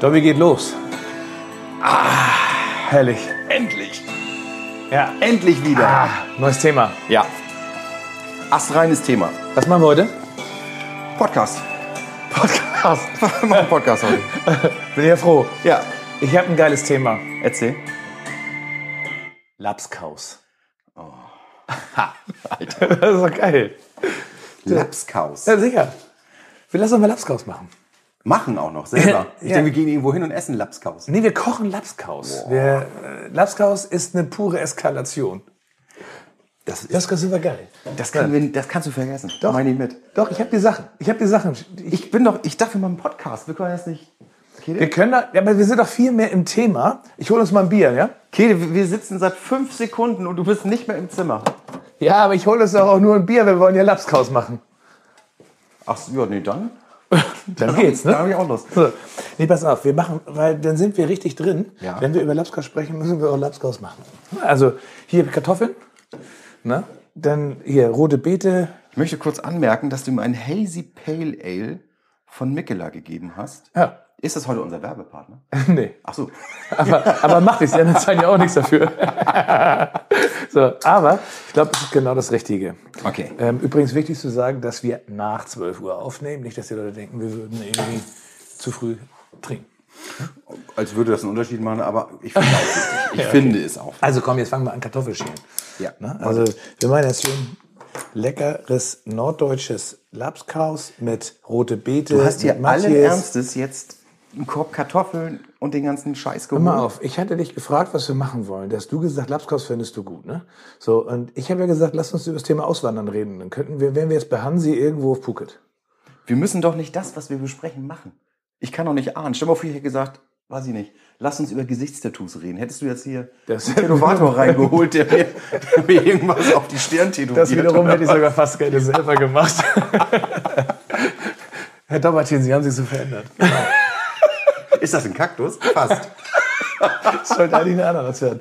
Dobby geht los. Ah, herrlich. Endlich! Ja. Endlich wieder! Neues Thema. Ja. Astreines Thema. Was machen wir heute? Podcast. Podcast. Wir machen Podcast heute. Bin ja froh. Ja. Ich habe ein geiles Thema. Erzähl. Lapskaus. Alter. Oh. Das ist doch geil. Lapskaus. Ja, sicher. Wir lassen doch mal Lapskaus machen. Machen auch noch selber. Ich Ja. denke, wir gehen irgendwo hin und essen Lapskaus. Nee, wir kochen Lapskaus. Wir, äh, Lapskaus ist eine pure Eskalation. Das, ist, Das ist super geil. das, kann, wir- das kannst du vergessen. Doch. Meine ich mit. Doch, ich habe die Sachen. Ich habe die Sachen. Ich, Ich bin doch, ich dachte, wir machen Podcast. Wir können das nicht. wir können da, ja, aber wir sind doch viel mehr im Thema. Ich hole uns mal ein Bier, ja? Kede, wir sitzen seit fünf Sekunden und du bist nicht mehr im Zimmer. Ja, aber ich hole uns doch auch nur ein Bier, wir wollen ja Lapskaus machen. Ach so, ja, nee, dann. Dann geht's, Da ne? habe ich auch Lust. So. Nee, pass auf, wir machen, weil dann sind wir richtig drin. Ja. Wenn wir über Lapskaus sprechen, müssen wir auch Lapskaus machen. Also hier Kartoffeln, ne? Dann hier rote Beete. Ich möchte kurz anmerken, dass du mir ein Hazy Pale Ale von Mikela gegeben hast. Ja, Ist das heute unser Werbepartner? nee. Ach so. Aber, aber macht nichts, die anderen zahlen ja auch nichts dafür. so, aber ich glaube, das ist genau das Richtige. Okay. Ähm, übrigens wichtig zu sagen, dass wir nach 12 Uhr aufnehmen. Nicht, dass die Leute denken, wir würden irgendwie zu früh trinken. Als würde das einen Unterschied machen, aber ich finde, auch wichtig. ich finde es auch. Also komm, jetzt fangen wir an Kartoffelschälen. Ja. Ne? Also wir machen jetzt hier ein leckeres norddeutsches Lapskaus mit rote Beete. Du hast dir mit allen Matjes. Ernstes jetzt einen Korb Kartoffeln und den ganzen Scheiß Hör geholt. mal auf, ich hatte dich gefragt, was wir machen wollen. Da hast du gesagt, Lapskaus findest du gut, ne? So, und ich habe ja gesagt, lass uns über das Thema Auswandern reden. Dann könnten wir, wären wir jetzt bei Hansi irgendwo auf Phuket. Wir müssen doch nicht das, was wir besprechen, machen. Ich kann doch nicht ahnen. Stell mal vor, ich hätte gesagt, weiß ich nicht, lass uns über Gesichtstattoos reden. Hättest du jetzt hier Das- einen Tätowator reingeholt, der mir, der mir irgendwas auf die Stirn tätowiert. oder was? sogar fast gerne selber gemacht. Herr Dobertin, Sie haben sich so verändert. Ist das ein Kaktus? Fast. Das sollte eigentlich eine Ananas werden.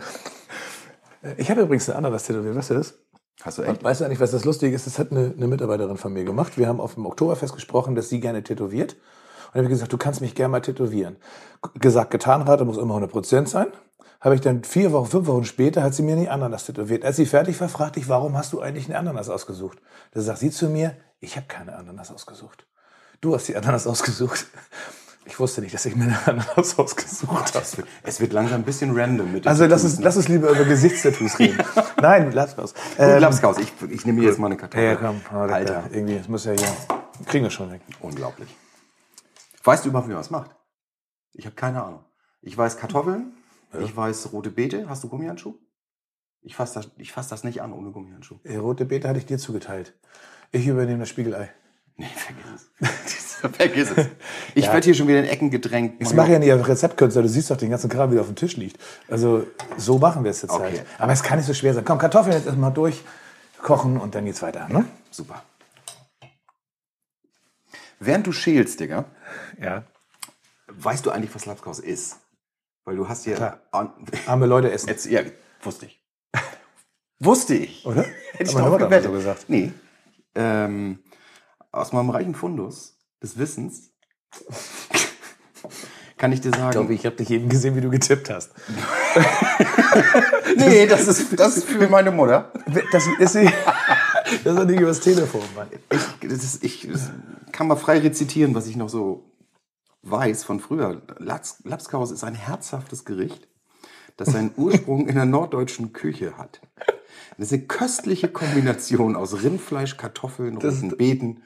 Ich habe übrigens eine Ananas tätowiert, weißt du das? Hast du echt? Weißt du eigentlich, was das Lustige ist? Das hat eine, eine Mitarbeiterin von mir gemacht. Wir haben auf dem Oktoberfest gesprochen, dass sie gerne tätowiert. Und dann habe ich gesagt, du kannst mich gerne mal tätowieren. G- Gesagt, getan, Rate muss immer 100% sein. Habe ich dann vier Wochen, fünf Wochen später, hat sie mir eine Ananas tätowiert. Als sie fertig war, fragte ich, warum hast du eigentlich eine Ananas ausgesucht? Da sagt sie zu mir, ich habe keine Ananas ausgesucht. Du hast die Ananas ausgesucht. Ich wusste nicht, dass ich mir eine Ananas ausgesucht habe. Es wird langsam ein bisschen random mit den Also lass Tattoos, uns, ne? lass uns lieber über Gesichtstattoos reden. Nein, lass was. Ähm, Lapskaus, ich, ich nehme mir jetzt mal eine Kartoffel. Ja, komm, aber das, Alter, Alter. irgendwie, das muss ja hier. Kriegen wir schon weg. unglaublich. Weißt du überhaupt, wie man das macht? Ich habe keine Ahnung. Ich weiß Kartoffeln, ich weiß rote Beete. Hast du Gummihandschuh? Ich fasse das, ich fass das nicht an ohne Gummihandschuh. Äh, Rote Beete hatte ich dir zugeteilt. Ich übernehme das Spiegelei. Nee, vergiss es. vergiss es. Ich werd werde hier schon wieder in Ecken gedrängt. Das mache ja nicht auf Rezeptkünstler, du siehst doch den ganzen Kram, wie der auf dem Tisch liegt. Also so machen wir es jetzt Okay. halt. Aber es kann nicht so schwer sein. Komm, Kartoffeln jetzt erstmal durch, kochen und dann geht's weiter. Ne? Super. Während du schälst, Digga, Ja. weißt du eigentlich, was Lapskaus ist? Weil du hast hier... Klar. An- Arme Leute essen. Jetzt, ja, wusste ich. wusste ich. Oder? Hätte ich Aber drauf Leute haben gewettet. so gesagt. Nee. Ähm, aus meinem reichen Fundus des Wissens kann ich dir sagen. ich habe dich eben gesehen, wie du getippt hast. nee, das ist, das ist für meine Mutter. Das ist sie. Das ist doch nicht übers Telefon, Mann. Ich, das ist, ich das kann mal frei rezitieren, was ich noch so weiß von früher. Laps, Lapskaus ist ein herzhaftes Gericht, das seinen Ursprung in der norddeutschen Küche hat. Das ist eine köstliche Kombination aus Rindfleisch, Kartoffeln, roten Beeten,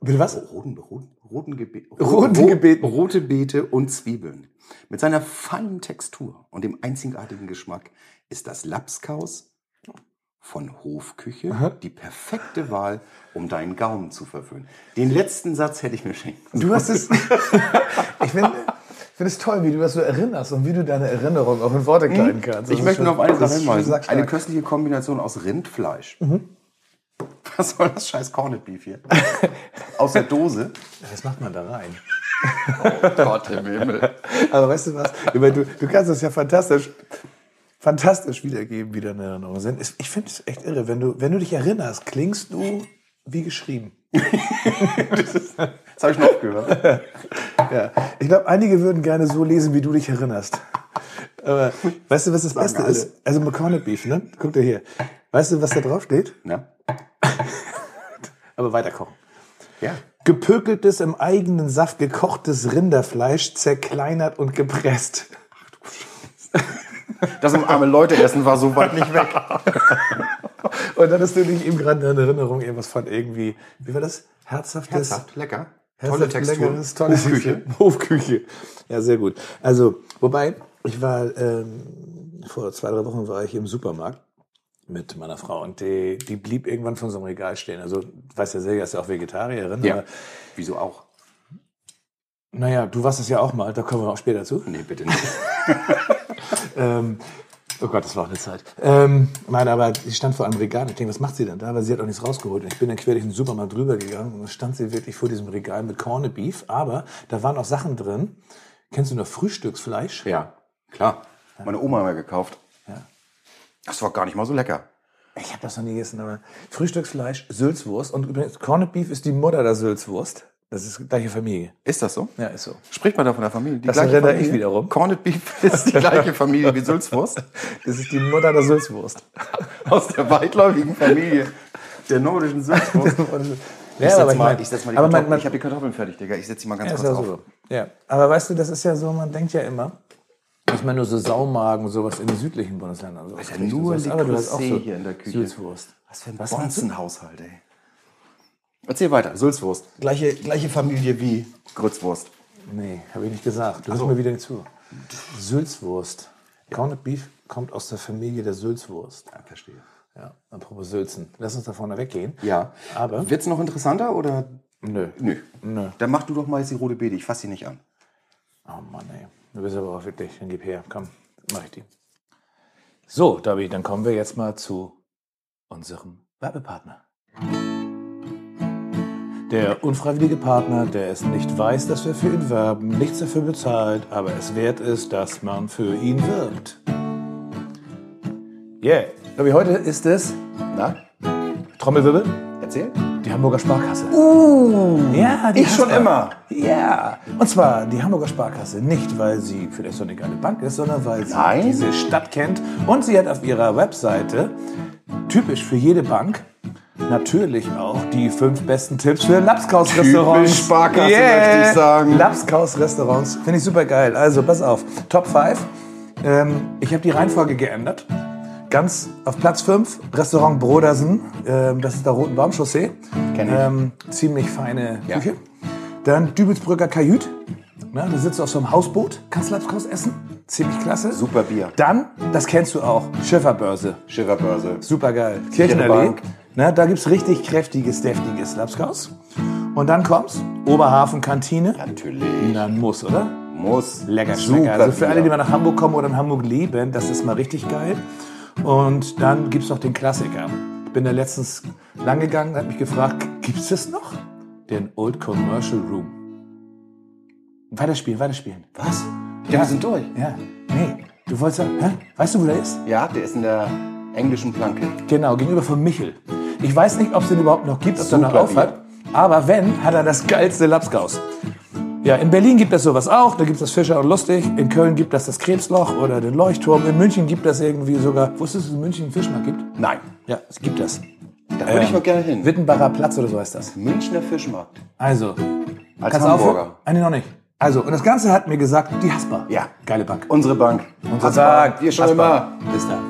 Bitte was? roten, roten, roten, Gebe Roten ro- Gebeten. rote Beete und Zwiebeln. Mit seiner feinen Textur und dem einzigartigen Geschmack ist das Lapskaus von Hofküche die perfekte Wahl, um deinen Gaumen zu verwöhnen. Den letzten Satz hätte ich mir schenken. Du hast es. ich finde find es toll, wie du das so erinnerst und wie du deine Erinnerung auch in Worte kleiden kannst. Ich Das möchte ist schon- nur auf eine das Sache ist schon Mhm. hinweisen. sackstark. Eine köstliche Kombination aus Rindfleisch. Was soll das scheiß Corned Beef hier? aus der Dose. Was macht man da rein? Gott im Himmel. Aber weißt du was? Ich meine, du, du kannst das ja fantastisch, fantastisch wiedergeben, wie deine Erinnerungen sind. Ich- Ich finde es echt irre. Wenn du, wenn du dich erinnerst, klingst du wie geschrieben. Das habe ich noch gehört. Ja. Ich glaube, einige würden gerne so lesen, wie du dich erinnerst. Aber weißt du, was das Sagen Beste alle. ist? Also McConnell Beef, ne? Guck dir hier. Weißt du, was da drauf steht? Na? Aber weiterkochen. Ja. Gepökeltes, im eigenen Saft gekochtes Rinderfleisch, zerkleinert und gepresst. Das im arme Leute essen war so weit nicht weg. Und dann ist natürlich eben gerade in Erinnerung irgendwas von irgendwie, wie war das? Herzhaftes. Herzhaft, lecker. Tolle Herzhaft Textur. leckeres, Tolle Küche. Hofküche. Ja, sehr gut. Also, wobei, ich war, ähm, vor zwei, drei Wochen war ich im Supermarkt mit meiner Frau und die, die blieb irgendwann von so einem Regal stehen. Also, weiß ja selber, ist ja auch Vegetarierin. Ja. Aber, Wieso auch? naja, du warst es ja auch mal, da kommen wir auch später zu. Nee, bitte nicht. Ähm, oh Gott, das war auch eine Zeit. Ähm, nein, aber ich stand vor einem Regal und ich denke, was macht sie denn da? Weil sie hat auch nichts rausgeholt. Und ich bin dann quer durch den Supermarkt drüber gegangen und dann stand sie wirklich vor diesem Regal mit Corned Beef. Aber da waren auch Sachen drin. Kennst du noch Frühstücksfleisch? Ja, klar. Meine Oma hat mal gekauft. Ja. Das war gar nicht mal so lecker. Ich habe das noch nie gegessen, aber Frühstücksfleisch, Sülzwurst und übrigens Corned Beef ist die Mutter der Sülzwurst. Das ist gleiche Familie. Ist das so? Ja, ist so. Spricht man da von der Familie? Die Das gleiche erinnere ich Familie? wiederum. Corned Beef ist die gleiche Familie wie Sülzwurst. Das ist die Mutter der Sülzwurst. Aus der weitläufigen Familie der nordischen Sülzwurst. ja, aber ich, mal, mein, ich setz mal die aber man, Kartoffeln. man, ich habe die Kartoffeln fertig, Digga. Ich setze die mal ganz Ja, ist kurz ja auf. so. Ja, aber weißt du, das ist ja so, man denkt ja immer, ich meine nur so Saumagen, und sowas in den südlichen Bundesländern. Das ist ja nur Licorice hier in der Küche. Süßwurst. Was für ein Bonzenhaushalt, ey. Erzähl weiter. Sülzwurst. Gleiche, gleiche Familie wie Grützwurst. Nee, habe ich nicht gesagt. Du hörst mir wieder nicht zu. Sülzwurst. Corned Beef kommt aus der Familie der Sülzwurst. Ja, verstehe. Ja, apropos Sülzen. Lass uns da vorne weggehen. Ja. Aber- Wird's noch interessanter oder? Nö. Nö. Dann mach du doch mal jetzt die rote Beete. Ich fasse sie nicht an. Oh Mann, ey. Du bist aber auch wirklich, dann gib her. Komm, mach ich die. So, Dabi, dann kommen wir jetzt mal zu unserem Werbepartner. Der unfreiwillige Partner, der es nicht weiß, dass wir für ihn werben, nichts dafür bezahlt, aber es wert ist, dass man für ihn wirbt. Yeah. Dabi, heute ist es Na? Trommelwirbel, Erzähl. die Hamburger Sparkasse. Uh, ja, die Hm. Ich schon Hasper. immer. Ja, und zwar die Hamburger Sparkasse. Nicht, weil sie vielleicht so eine geile Bank ist, sondern weil sie Nein. diese Stadt kennt. Und sie hat auf ihrer Webseite, typisch für jede Bank, natürlich auch die fünf besten Tipps für Lapskaus-Restaurants. Typisch Sparkasse, möchte ich sagen. Lapskaus-Restaurants. Finde ich super geil. Also, pass auf. Top 5. Ähm, ich habe die Reihenfolge geändert. Ganz auf Platz 5, Restaurant Brodersen. Ähm, das ist der Roten Baumchaussee. Kenn ich. Ähm, ziemlich feine Ja. Küche. Dann Dübelsbrücker Kajüt. Na, da sitzt du auf so einem Hausboot, kannst Lapskaus essen. Ziemlich klasse. Super Bier. Dann, das kennst du auch, Schifferbörse. Schifferbörse. Super geil. Kirchenallee. Bank. Na, da gibt's richtig kräftiges, deftiges Lapskaus. Und dann kommst Oberhafen Kantine. Natürlich. Dann muss, oder? Muss. Lecker, Super Schmecker. Also für Bier. alle, die mal nach Hamburg kommen oder in Hamburg leben, das ist mal richtig geil. Und dann gibt es noch den Klassiker. Ich bin da letztens lang gegangen und habe mich gefragt, gibt es das noch? Den Old Commercial Room. Weiterspielen, weiterspielen. Was? Ja, wir sind durch. Ja, nee. Du wolltest ja, hä? Weißt du, wo der ist? Ja, der ist in der englischen Planke. Genau, gegenüber von Michel. Ich weiß nicht, ob es den überhaupt noch gibt, ob der Super noch auf Bier. hat. Aber wenn, hat er das geilste Lapskaus. Ja, in Berlin gibt es sowas auch. Da gibt es das Fischer und Lustig. In Köln gibt es das Krebsloch oder den Leuchtturm. In München gibt es irgendwie sogar. Wusstest du, dass es in München einen Fischmarkt gibt? Nein. Ja, es gibt das. Ähm, Da würde ich mal gerne hin. Wittenbacher Platz oder so heißt das. Münchner Fischmarkt. Also, Als kannst du Hamburger. aufhören? Ah, nee, noch nicht. Also, und das Ganze hat mir gesagt, die Haspa. Ja. Geile Bank. Unsere Bank. Unser Bank. Wir schon Hasper. immer. Bis da.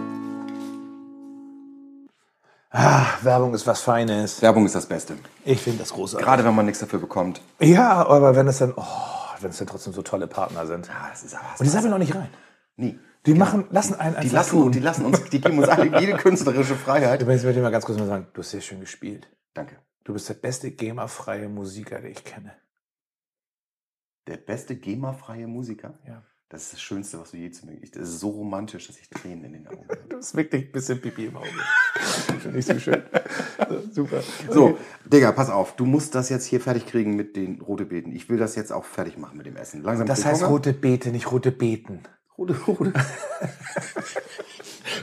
Ah, Werbung ist was Feines. Werbung ist das Beste. Ich finde das großartig. Gerade wenn man nichts dafür bekommt. Ja, aber wenn es dann, oh, wenn es dann trotzdem so tolle Partner sind. Ah, das ist aber Und die sammeln auch nicht rein. nie. Die machen, lassen einen Die lassen, die lassen uns, die geben uns alle jede künstlerische Freiheit. Übrigens möchte ich mal ganz kurz mal sagen, du hast sehr schön gespielt. Danke. Du bist der beste gamerfreie Musiker, den ich kenne. Der beste GEMA-freie Musiker. Ja. Das ist das Schönste, was du je zu mir Das ist so romantisch, dass ich Tränen in den Augen habe. Du bist wirklich ein bisschen Pipi im Auge. Finde ich so schön. So, Super. So, Digga, pass auf. Du musst das jetzt hier fertig kriegen mit den rote Beeten. Ich will das jetzt auch fertig machen mit dem Essen. Langsam. Das krieg ich heißt Hunger. rote Beete, nicht rote Beten. rote, rote.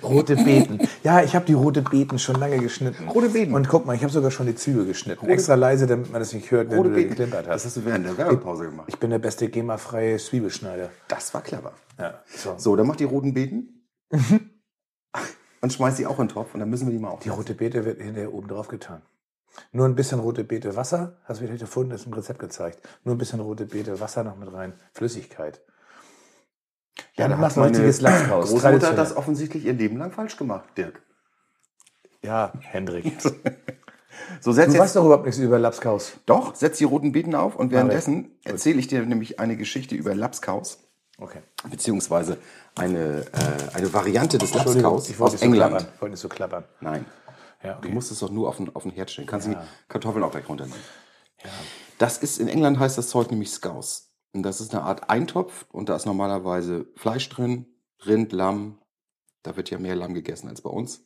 Rote Beeten. Ja, ich habe die rote Beeten schon lange geschnitten. Rote Beeten. Und guck mal, ich habe sogar schon die Zwiebel geschnitten. Extra leise, damit man das nicht hört, wenn Rote du da Beeten. geklimpert Das hast. hast du während der Werbepause gemacht. Ich bin der beste GEMA-freie Zwiebelschneider. Das war clever. Ja, so. So, dann mach die roten Beeten. und schmeiß die auch in den Topf und dann müssen wir die mal auf. Die rote Beete wird hinterher oben drauf getan. Nur ein bisschen rote Beete Wasser, hast du wieder gefunden, ist im Rezept gezeigt. Nur ein bisschen rote Beete Wasser noch mit rein, Flüssigkeit. Ja, da Dann hat machst du ein meine richtiges Lachs raus. Großmutter hat Traditionell. das offensichtlich ihr Leben lang falsch gemacht, Dirk. Ja, Hendrik. So, setz Du jetzt, weißt doch überhaupt nichts über Lapskaus. doch, setz die roten Beeten auf Ah, und währenddessen erzähle ich dir nämlich eine Geschichte über Lapskaus, Okay. beziehungsweise eine, äh, eine Variante des Entschuldigung, Lapskaus wollte aus nicht so England. klappern. Ich wollte nicht so klappern. Nein, Ja, du okay. musst es doch nur auf den, auf den Herd stellen. Kannst die Kartoffeln auch gleich runternehmen. Das ist, in England heißt das Zeug nämlich Scouse. Und das ist eine Art Eintopf und da ist normalerweise Fleisch drin, Rind, Lamm. Da wird ja mehr Lamm gegessen als bei uns.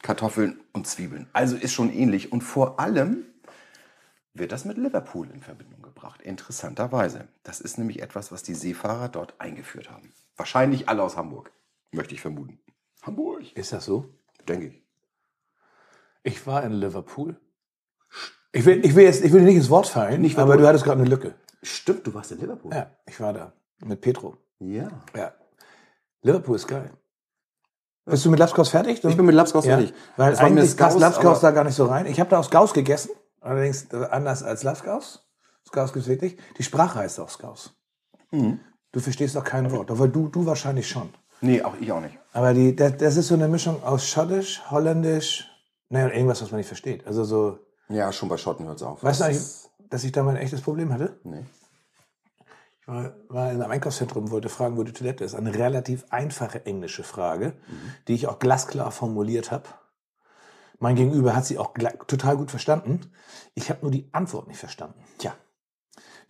Kartoffeln und Zwiebeln. Also ist schon ähnlich. Und vor allem wird das mit Liverpool in Verbindung gebracht. Interessanterweise. Das ist nämlich etwas, was die Seefahrer dort eingeführt haben. Wahrscheinlich alle aus Hamburg, möchte ich vermuten. Hamburg, Ist das so? denke ich. Ich war in Liverpool. Ich will, ich will, jetzt, ich will dir nicht ins Wort fallen, Nicht aber Liverpool. du hattest gerade eine Lücke. Stimmt, du warst in Liverpool. Ja, ich war da. Mit Petro. ja. Ja. Liverpool ist geil. Bist du mit Lapskaus fertig? Ich bin mit Lapskaus ja, fertig. Weil Das war mir eigentlich passt Scouse, Lapskaus aber- da gar nicht so rein. Ich habe da auch Skaus gegessen, allerdings anders als Lapskaus. Skaus gibt's wirklich. Die Sprache heißt auch Skaus. Mhm. Du verstehst auch kein Wort, aber du, du wahrscheinlich schon. Nee, auch ich auch nicht. Aber die, das, das ist so eine Mischung aus Schottisch, Holländisch, naja, und irgendwas, was man nicht versteht. Also so, Ja, schon bei Schotten hört es auf. weißt du Das eigentlich, ist- dass ich da mal ein echtes Problem hatte? Nee. Ich war, war in einem Einkaufszentrum, wollte fragen, wo die Toilette ist. Eine relativ einfache englische Frage, die ich auch glasklar formuliert habe. Mein Gegenüber hat sie auch gla- total gut verstanden. Ich habe nur die Antwort nicht verstanden. Tja.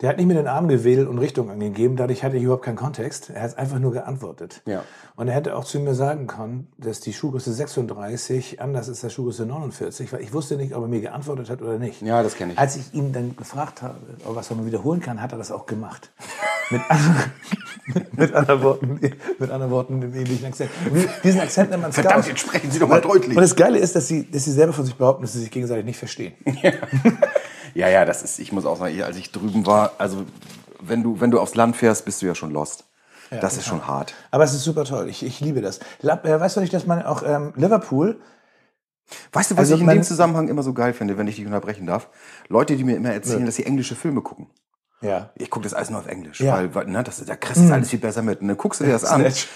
Der hat nicht mit den Armen gewedelt und Richtung angegeben, dadurch hatte ich überhaupt keinen Kontext. Er hat einfach nur geantwortet. Ja. Und er hätte auch zu mir sagen können, dass die Schuhgröße 36 anders ist als Schuhgröße 49, weil ich wusste nicht, ob er mir geantwortet hat oder nicht. Ja, das kenne ich. Als ich ihn dann gefragt habe, ob was man wiederholen kann, hat er das auch gemacht. mit, anderen, mit, anderen Worten, mit anderen Worten, dem ähnlichen Akzent. Diesen Akzent nennt man Verdammt, Scouse. jetzt sprechen Sie doch mal deutlich. Und das Geile ist, dass sie, dass sie selber von sich behaupten, dass sie sich gegenseitig nicht verstehen. Ja, ja, das ist, ich muss auch sagen, ich- als ich drüben war, also wenn du, wenn du aufs Land fährst, bist du ja schon lost. das ist genau. schon hart. Aber es ist super toll. Ich, ich liebe das. Lab, äh, weißt du nicht, dass man auch ähm, Liverpool, Weißt du, was Also ich in man- dem Zusammenhang immer so geil finde, wenn ich dich unterbrechen darf? Leute, die mir immer erzählen, dass sie englische Filme gucken. ja, Ich gucke das alles nur auf Englisch, Ja. Mhm. weil, weil ne, das, da kriegst du das alles viel besser mit. Und dann guckst du dir das an. Snatch.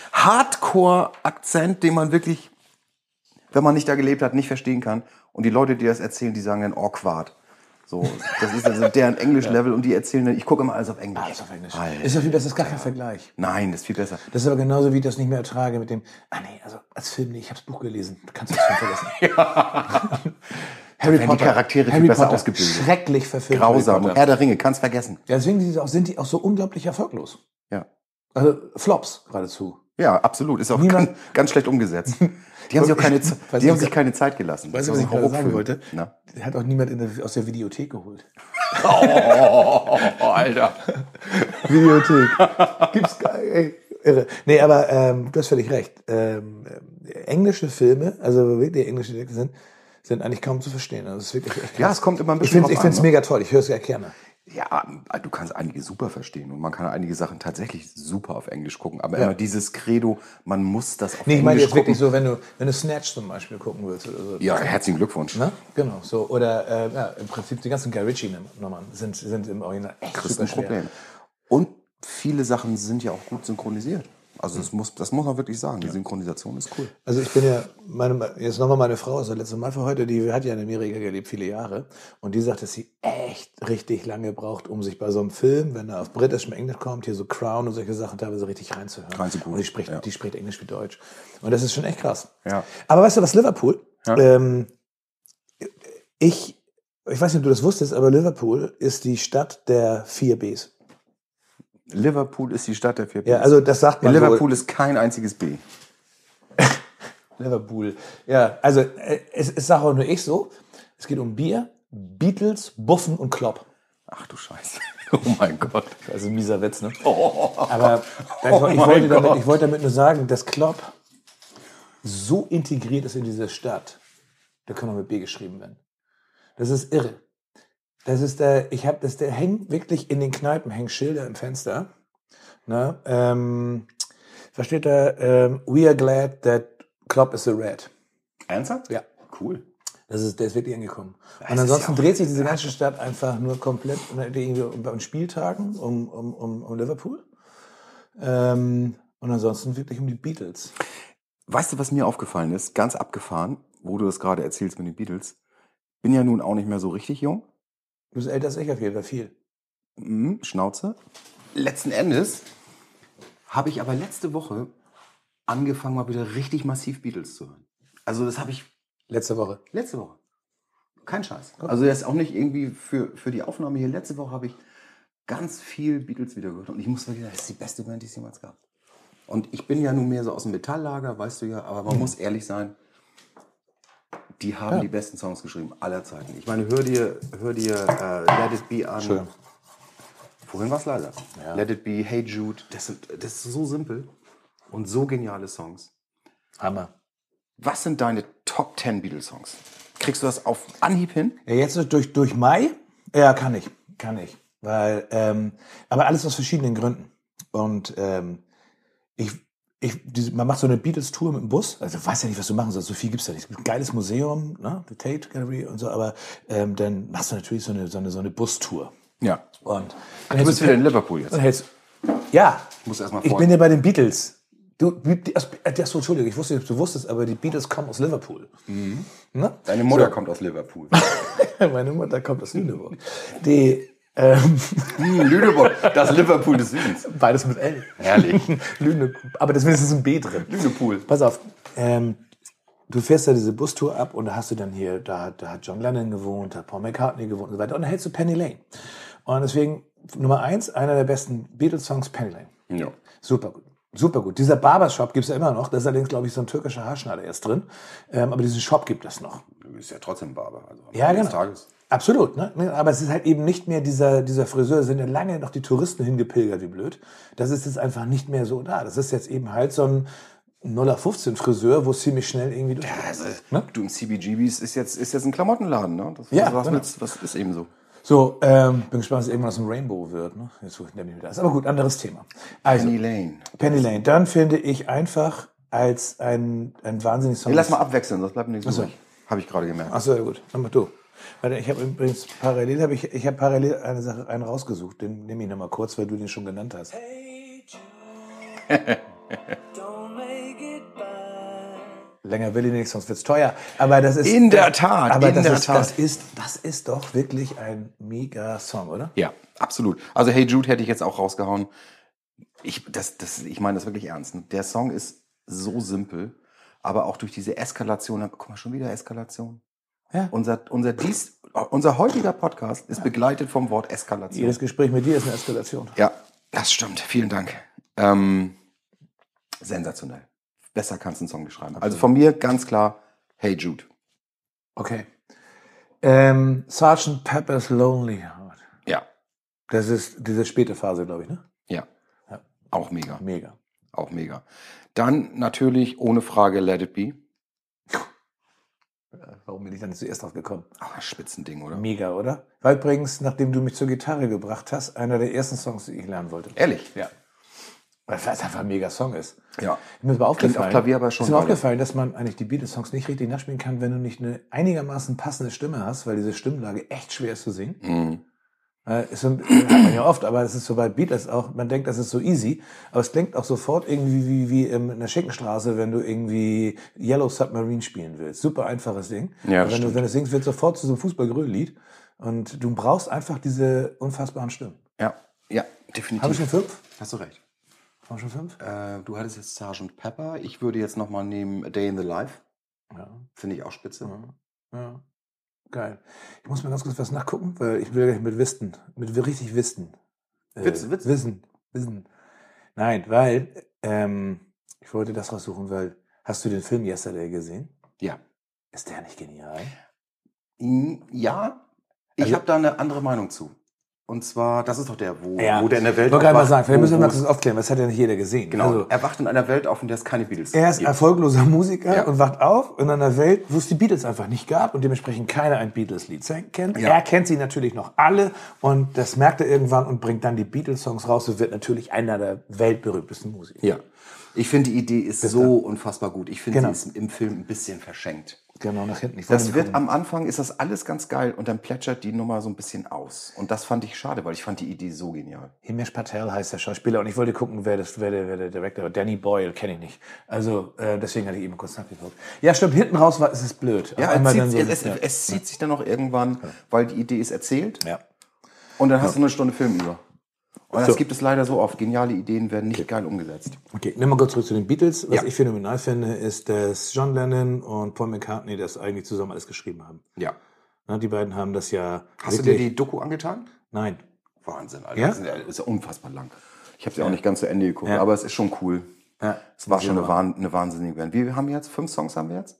Hardcore-Akzent, den man wirklich, wenn man nicht da gelebt hat, nicht verstehen kann. Und die Leute, die das erzählen, die sagen dann awkward. So, das ist also deren Englisch-Level und die erzählen dann, ich gucke immer alles auf Englisch. alles auf Englisch. Alter. Ist doch viel besser, ist gar kein Vergleich. Nein, das ist viel besser. Das ist aber genauso, wie ich das nicht mehr ertrage mit dem, ah nee, also als Film, nee, ich habe das Buch gelesen, du kannst das Film vergessen. Harry werden die Charaktere viel Harry besser Potter, ausgebildet. Schrecklich verfilmt. Grausam. Harry Und Potter. Herr der Ringe, kannst vergessen. Ja, deswegen sind die auch- sind die auch so unglaublich erfolglos. Ja. Also Flops geradezu. Ja, absolut. Ist auch Niemand- ganz, ganz schlecht umgesetzt. Die haben sich auch keine, Ze- Weiß die haben ich- sich keine Zeit gelassen. Weißt du, was Das ist ich gerade ein sagen Horrorfilm. wollte? Na? Hat auch niemand in der, aus der Videothek geholt. Oh, Alter. Videothek. Gibt's gar ey, irre. Nee, aber ähm, du hast völlig recht. Ähm, ähm, englische Filme, also wirklich englische Filme sind, sind eigentlich kaum zu verstehen. Also, es ist wirklich echt Ja, krass. es kommt immer ein ich bisschen finde drauf ich find's an, ne? mega toll, ich höre es ja gerne. Ja, ah, du kannst einige super verstehen und man kann einige Sachen tatsächlich super auf Englisch gucken. Aber immer dieses Credo, man muss das auf Nee, ich meine Englisch jetzt wirklich gucken. so, wenn du, wenn du Snatch zum Beispiel gucken willst oder so. ja, herzlichen Glückwunsch. Ne? Genau, so. Oder äh, ja, im Prinzip die ganzen Guy Ritchie-Nummern sind, sind im Original echt Das ist ein super schwer. Problem. Und viele Sachen sind ja auch gut synchronisiert. Also Hm. das muss, das muss man wirklich sagen. Die Synchronisation ist cool. Also ich bin ja, meine, jetzt nochmal meine Frau, also letztes Mal für heute, die hat ja in Amerika gelebt, viele Jahre. Und die sagt, dass sie echt richtig lange braucht, um sich bei so einem Film, wenn er auf britischem Englisch kommt, hier so Crown und solche Sachen teilweise richtig reinzuhören. Reinzugrooven, und die spricht, ja. die spricht Englisch wie Deutsch. Und das ist schon echt krass. Ja. Aber weißt du was, Liverpool? Ja. Ähm, ich, ich weiß nicht, ob du das wusstest, aber Liverpool ist die Stadt der vier Bs. Liverpool ist die Stadt der vier Ja, also das sagt In man so. Liverpool ist kein einziges B. Liverpool. Ja, also äh, es, es sage auch nur ich so. Es geht um Bier, Beatles, Buffen und Klopp. Ach du Scheiße. Oh mein Gott. Also ein mieser Witz, ne? Oh. Aber ich, Oh ich, mein wollte damit, Gott. ich wollte damit nur sagen, dass Klopp so integriert ist in diese Stadt, der kann auch mit B geschrieben werden. Das ist irre. Das ist der, ich habe das, der hängt wirklich in den Kneipen, hängen Schilder im Fenster. Ne? Ähm, da steht da, ähm, we are glad that Klopp is a red. Ernsthaft? Ja. Cool. Das ist, der ist wirklich angekommen. Das Und ist ansonsten ja auch- dreht sich diese ganze Stadt einfach nur komplett irgendwie um- um Spieltagen um, um, um, um Liverpool. Ähm, und ansonsten wirklich um die Beatles. Weißt du, was mir aufgefallen ist? Ganz abgefahren, wo du das gerade erzählst mit den Beatles. Bin ja nun auch nicht mehr so richtig jung. Du bist älter als ich auf jeden Fall viel. Mhm, Schnauze. Letzten Endes habe ich aber letzte Woche angefangen, mal wieder richtig massiv Beatles zu hören. Also das habe ich Letzte Woche. letzte Woche. Kein Scheiß. Also das ist auch nicht irgendwie für, für die Aufnahme hier. Letzte Woche habe ich ganz viel Beatles wieder gehört. Und ich muss sagen, das ist die beste Band, die es jemals gab. Und ich bin ja nun mehr so aus dem Metalllager, weißt du ja. Aber man muss ehrlich sein, die haben die besten Songs geschrieben aller Zeiten. Ich meine, hör dir, hör dir äh, Let It Be an. Schön. Vorhin war es leider. Let It Be, Hey Jude. Das, sind, das ist so simpel und so geniale Songs. Hammer. Was sind deine Top 10 Beatles-Songs? Kriegst du das auf Anhieb hin? Ja, jetzt ist durch, durch Mai? Ja, kann ich. Kann ich. Weil, ähm, aber alles aus verschiedenen Gründen. Und ähm, ich, ich, diese, man macht so eine Beatles-Tour mit dem Bus. Also du weißt ja nicht, was du machen sollst. So viel gibt's da nicht. Es gibt ein geiles Museum, ne? die Tate Gallery und so, aber ähm, dann machst du natürlich so eine, so eine, so eine Bustour. Ja. Und Du bist wieder in Liverpool jetzt. dann hältst Ja, Ich muss erstmal ich bin ja bei den Beatles. Du, die, also, achso, Entschuldigung, ich wusste nicht, ob du wusstest, aber die Beatles kommen aus Liverpool. Mhm. Ne? Deine Mutter kommt aus Liverpool. Meine Mutter kommt aus Lüneburg. Die, ähm, hm, Lüneburg, das Liverpool des Südens. beides mit L. Herrlich. Lüne, aber das ist mindestens ein B drin. Lünepool. Pass auf, ähm, du fährst da diese Bustour ab und da hast du dann hier, da, hat- da hat John Lennon gewohnt, da hat Paul McCartney gewohnt und so weiter. Und dann hältst du Penny Lane. Und deswegen, Nummer eins, einer der besten Beatles-Songs, Penny Lane. Ja. Super gut. Super gut. Dieser Barbershop gibt es ja immer noch. Da ist allerdings, glaube ich, so ein türkischer Haarschneider erst drin. Ähm, aber diesen Shop gibt es noch. Du bist ja trotzdem Barber. Also am Ja, Ende genau. des Tages. Absolut, ne? Ne, Aber es ist halt eben nicht mehr dieser, dieser Friseur, Es sind ja lange noch die Touristen hingepilgert, wie blöd. Das ist jetzt einfach nicht mehr so da. Das ist jetzt eben halt so ein 015 Friseur, wo es ziemlich schnell irgendwie durch. Ne? Also, Du im CBGBs ist jetzt, ist jetzt ein Klamottenladen, ne? Das, Ja, was, genau. was, was ist eben so. So, ähm, bin gespannt, was irgendwann aus dem Rainbow wird. Ne? Jetzt suche ich nämlich wieder das. Aber gut, anderes Thema. Also, Penny Penny, Lane. Lane. Dann finde ich einfach als ein, ein wahnsinnig Song. Nee, lass mal abwechseln, sonst bleibt mir nichts übrig. Habe ich gerade gemerkt. Achso, ja gut, dann mach du. Warte, ich habe übrigens parallel, habe ich, ich habe parallel eine Sache, einen rausgesucht. Den nehme ich nochmal kurz, weil du den schon genannt hast. Hey Jude, don't make it bad. Länger will ich nicht, sonst wird's teuer. Aber das ist In der das, Tat, Aber in das, der ist, Tat. das ist, das ist doch wirklich ein mega Song, oder? Ja, absolut. Also Hey Jude hätte ich jetzt auch rausgehauen. Ich, das, das, ich meine das wirklich ernst. ne? Der Song ist so simpel, aber auch durch diese Eskalation. Guck mal, schon wieder Eskalation. Ja. Unser, unser, dies, unser heutiger Podcast ist begleitet vom Wort Eskalation. Jedes Gespräch mit dir ist eine Eskalation. Ja, das stimmt. Vielen Dank. Ähm, sensationell. Besser kannst du einen Song nicht schreiben. Also von mir ganz klar, Hey Jude. Okay. Ähm, Sergeant Pepper's Lonely Heart. Ja, Das ist diese späte Phase, glaube ich, ne? ja. Ja. Auch mega. Mega. Auch mega. Dann natürlich ohne Frage Let It Be. Warum bin ich dann zuerst drauf gekommen? Ach, Spitzending, oder? Mega, oder? War übrigens, nachdem du mich zur Gitarre gebracht hast, einer der ersten Songs, die ich lernen wollte. Ehrlich? Ja. Weil es einfach ein mega Song ist. Ja. Mir ist aber aufgefallen, Klingt auf Klavier aber schon ist mir weiter. aufgefallen, dass man eigentlich die Beatles-Songs nicht richtig nachspielen kann, wenn du nicht eine einigermaßen passende Stimme hast, weil diese Stimmlage echt schwer ist zu singen. Mhm. Äh, ist so, hat man ja oft, aber es ist so bei Beatles auch, man denkt, das ist so easy, aber es klingt auch sofort irgendwie wie, wie ähm, in der Schinkenstraße, wenn du irgendwie Yellow Submarine spielen willst. Super einfaches Ding. Ja, Aber wenn, du, das stimmt. wenn du es singst, wird sofort zu so einem Fußballgrün-Lied und du brauchst einfach diese unfassbaren Stimmen. Ja, ja, Haben wir definitiv. schon fünf? Hast du recht. Haben wir schon fünf? Äh, du hattest jetzt Sergeant Pepper. Ich würde jetzt nochmal nehmen A Day in the Life. Ja. Finde ich auch spitze. Ja. ja. Geil. Ich muss mal ganz kurz was nachgucken, weil ich will gleich mit Wisten, mit wi- richtig Wisten. Äh, Witz- Witz? Wissen, Wissen. Nein, weil ähm, ich wollte das raussuchen, weil hast du den Film Yesterday gesehen? Ja. Ist der nicht genial? Mm, Ja, ich Also- habe da eine andere Meinung zu. Und zwar, das ist doch der, wo, Ja. wo der in der Welt. Wollte gerade mal erwacht, sagen, vielleicht wo- müssen wir mal wo- kurz aufklären, was hat denn nicht jeder gesehen? Genau. Also, er wacht in einer Welt auf, in der es keine Beatles er ist gibt. erfolgloser Musiker Ja. und wacht auf in einer Welt, wo es die Beatles einfach nicht gab und dementsprechend keiner ein Beatles-Lied se- kennt. Ja. Er kennt sie natürlich noch alle und das merkt er irgendwann und bringt dann die Beatles-Songs raus und wird natürlich einer der weltberühmtesten Musiker. Ja. Ich finde, die Idee ist so unfassbar gut. Ich finde, Genau. sie ist im Film ein bisschen verschenkt. Genau, nach hinten. Ich wollte Das nicht wird am Anfang, ist das alles ganz geil und dann plätschert die Nummer so ein bisschen aus. Und das fand ich schade, weil ich fand die Idee so genial. Himesh Patel heißt der Schauspieler und ich wollte gucken, wer, das, wer, der, wer der Director war. Danny Boyle kenne ich nicht. Also äh, deswegen hatte ich eben kurz nachgeguckt. Ja, stimmt, hinten raus war, ist es blöd. Ja, Auf es einmal zieht, dann es, so, es, es zieht sich dann auch irgendwann, weil die Idee ist erzählt ja. und dann hast du nur eine Stunde Film über. Und das So. gibt es leider so oft. Geniale Ideen werden nicht geil umgesetzt. Okay, nehmen wir kurz zurück zu den Beatles. Was Ja. ich phänomenal finde, ist, dass John Lennon und Paul McCartney das eigentlich zusammen alles geschrieben haben. Ja. Na, die beiden haben das ja. Hast du dir die Doku angetan? Nein. Wahnsinn, Alter. Ja? Das ist ja- ist ja unfassbar lang. Ich habe sie auch nicht ganz zu Ende geguckt, Ja. aber es ist schon cool. Ja. Es war schon eine, Wahn, eine wahnsinnige Band. Wie haben wir jetzt? Fünf Songs haben wir jetzt?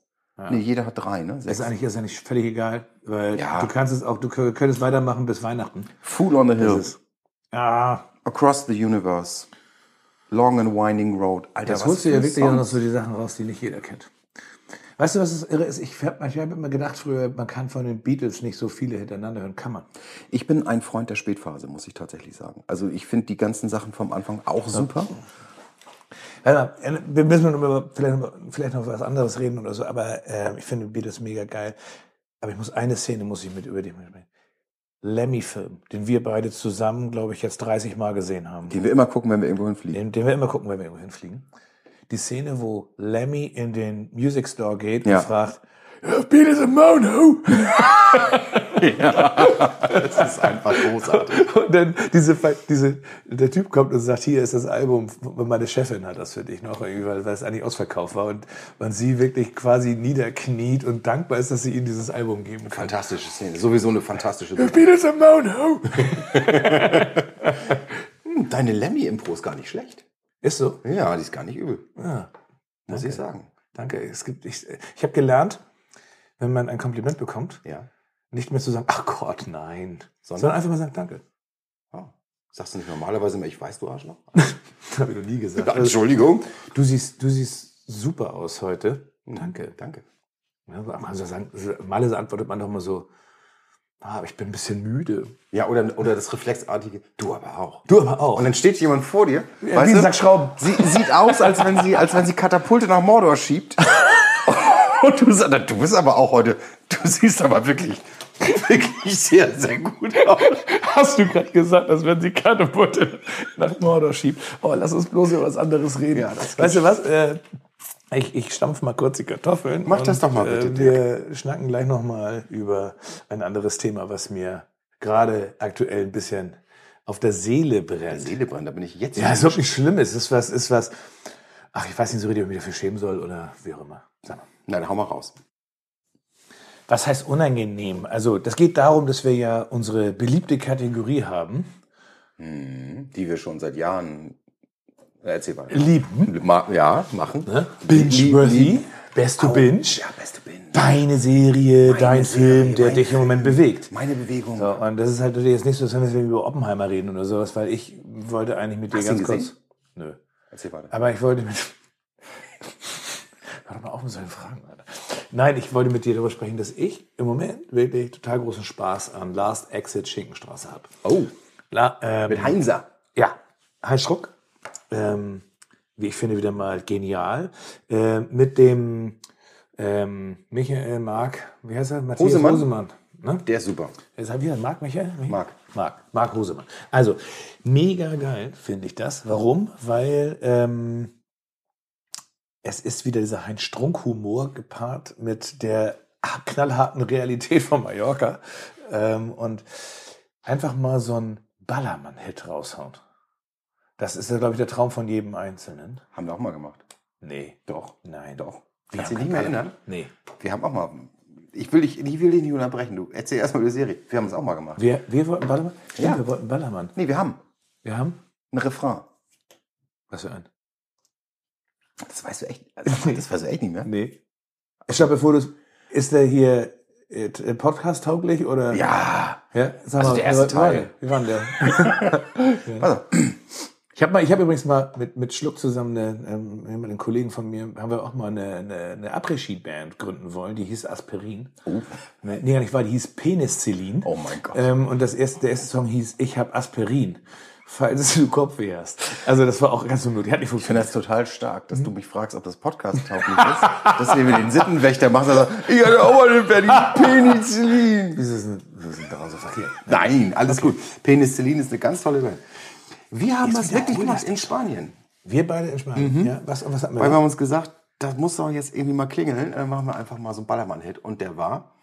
Nee, jeder hat drei, ne? Ist Sechs. eigentlich, ist eigentlich völlig egal, weil Ja. du kannst es auch, du kö- könntest weitermachen bis Weihnachten. Fool on the Hill. ist- Ah, Across the Universe. Long and Winding Road. Alter, Das was holst du für ja ein wirklich Song. auch noch so die Sachen raus, die nicht jeder kennt. Weißt du, was das irre ist? Ich habe hab immer gedacht früher, man kann von den Beatles nicht so viele hintereinander hören. Kann man. Ich bin ein Freund der Spätphase, muss ich tatsächlich sagen. Also ich finde die ganzen Sachen vom Anfang auch super. Ja, äh, wir müssen noch über, vielleicht, noch- vielleicht noch über was anderes reden oder so, aber äh, ich finde Beatles mega geil. Aber ich muss eine Szene muss ich mit über die sprechen. Lemmy-Film, den wir beide zusammen, glaube ich, jetzt 30 Mal gesehen haben. Den wir immer gucken, wenn wir irgendwo hinfliegen. Den, den wir immer gucken, wenn wir irgendwo hinfliegen. Die Szene, wo Lemmy in den Music Store geht Ja. und fragt, Beatles and Mono! Das ist einfach großartig. Und dann diese, Ver- diese, der Typ kommt und sagt, hier ist das Album, meine Chefin hat das für dich noch, irgendwie, weil weil es eigentlich ausverkauft war und man sie wirklich quasi niederkniet und dankbar ist, dass sie ihnen dieses Album geben kann. Fantastische Szene. Sowieso eine fantastische Szene. Beatles and Mono! Deine Lemmy-Impro ist gar nicht schlecht. Ist so. Ah, Ja, die ist gar nicht übel. Muss ich sagen. Danke. Es gibt, ich ich habe gelernt, wenn man ein Kompliment bekommt, Ja. nicht mehr zu sagen, ach Gott, nein, sondern, Sondern? einfach mal sagen, danke. Ah. Sagst du nicht normalerweise immer, ich weiß, du Arschloch? Das habe ich noch nie gesagt. Also, Entschuldigung. du, siehst, du siehst super aus heute. Hm. Danke. Danke. Ja, aber man soll sagen, normalerweise antwortet man doch mal so, ah, aber ich bin ein bisschen müde. Ja, oder, oder das reflexartige, du aber auch. Du aber auch. Und dann steht jemand vor dir, Ja, wie ein Sack Schrauben. Sie, sieht aus, als wenn, sie, als wenn sie Katapulte nach Mordor schiebt. Und du sagst, du bist aber auch heute, du siehst aber wirklich, wirklich sehr, sehr gut aus. hast du gerade gesagt, dass wenn sie Katapulte nach Mordor schiebt, oh, lass uns bloß über was anderes reden. Ja, das geht. weißt du was? Äh, ich, ich stampf mal kurz die Kartoffeln. Mach das doch mal bitte, Äh, wir schnacken gleich noch mal über ein anderes Thema, was mir gerade aktuell ein bisschen auf der Seele brennt. Seele brennen, da bin ich jetzt. Ja, ist wirklich schlimm. Es ist was, ist was. Ach, ich weiß nicht so richtig, ob ich mich dafür schämen soll oder wie auch immer. Sag mal. Nein, hau mal raus. Was heißt unangenehm? Also, das geht darum, dass wir ja unsere beliebte Kategorie haben. Die wir schon seit Jahren, erzähl mal. Lieben. Ma ja, machen. Ne? Binge-worthy. Best to binge. Ja, beste bin. Deine Serie, dein Film, der mein dich im Moment bewegt. Meine Bewegung. So, und das ist halt natürlich jetzt nicht so, als wenn wir über Oppenheimer reden oder sowas, weil ich wollte eigentlich mit dir Hast du ganz ihn kurz. gesehen? Nö. Erzähl weiter. Aber ich wollte mit. Hör doch mal auf mit solchen Fragen, Alter. Nein, ich wollte mit dir darüber sprechen, dass ich im Moment wirklich total großen Spaß an Last Exit Schinkenstraße habe. Oh, La, ähm, mit Heinzer. ja, Heinz Schruck, ähm, wie ich finde, wieder mal genial. Äh, mit dem ähm, Michael Mark, wie heißt er? Matthias Hosemann. ne? Der ist super. Ist er wieder Marc Michael? Marc. Marc. Marc Hosemann. Also, mega geil finde ich das. Warum? Weil ähm, es ist wieder dieser Heinz-Strunk-Humor gepaart mit der knallharten Realität von Mallorca. Ähm, und einfach mal so ein Ballermann-Hit raushauen. Das ist ja, glaube ich, der Traum von jedem Einzelnen. Haben wir auch mal gemacht. Nee. Doch. Nein. Doch. Wir haben Kannst du dich nicht mehr keinen erinnern? Nee. Wir haben auch mal. Ich will dich, ich will dich nicht unterbrechen. Du erzähl erstmal über die Serie. Wir haben es auch mal gemacht. Wir, wir wollten Ballermann? Stimmt, Ja. Wir wollten Ballermann. Nee, wir haben Wir haben? einen Refrain. Was für ein? also, Das weißt du echt. Das weißt du echt nicht mehr. Nee. Ich glaube, bevor du ist der hier äh, t- Podcast tauglich oder? Ja. ja sag Also der erste wie war- Teil. Wie war denn der? Pass auf. Ich habe hab übrigens mal mit, mit Schluck zusammen, eine, ähm, mit einem Kollegen von mir, haben wir auch mal eine, eine, eine Après-Ski-Band gründen wollen, die hieß Aspirin. Oh. Nee, gar nicht wahr, die hieß Penicillin. Oh mein Gott. Ähm, und das erste, der erste Song hieß Ich hab Aspirin, falls du Kopfweh hast. Also das war auch ganz unmöglich, hat nicht Ich finde funktioniert. das total stark, dass du mich fragst, ob das Podcast tauglich ist. dass wir mit den Sittenwächter machen, also, ich hatte auch mal in Berlin Penicillin. Das ist ein, das ist ein draußen verkehrt. Nein, alles gut. Penicillin ist eine ganz tolle Band. Wir haben das wirklich gemacht in Spanien. Wir beide in Spanien. Mhm. Ja, was, was hatten wir? Weil wir da? haben uns gesagt, das muss doch jetzt irgendwie mal klingeln. Dann machen wir einfach mal so einen Ballermann-Hit. Und der war,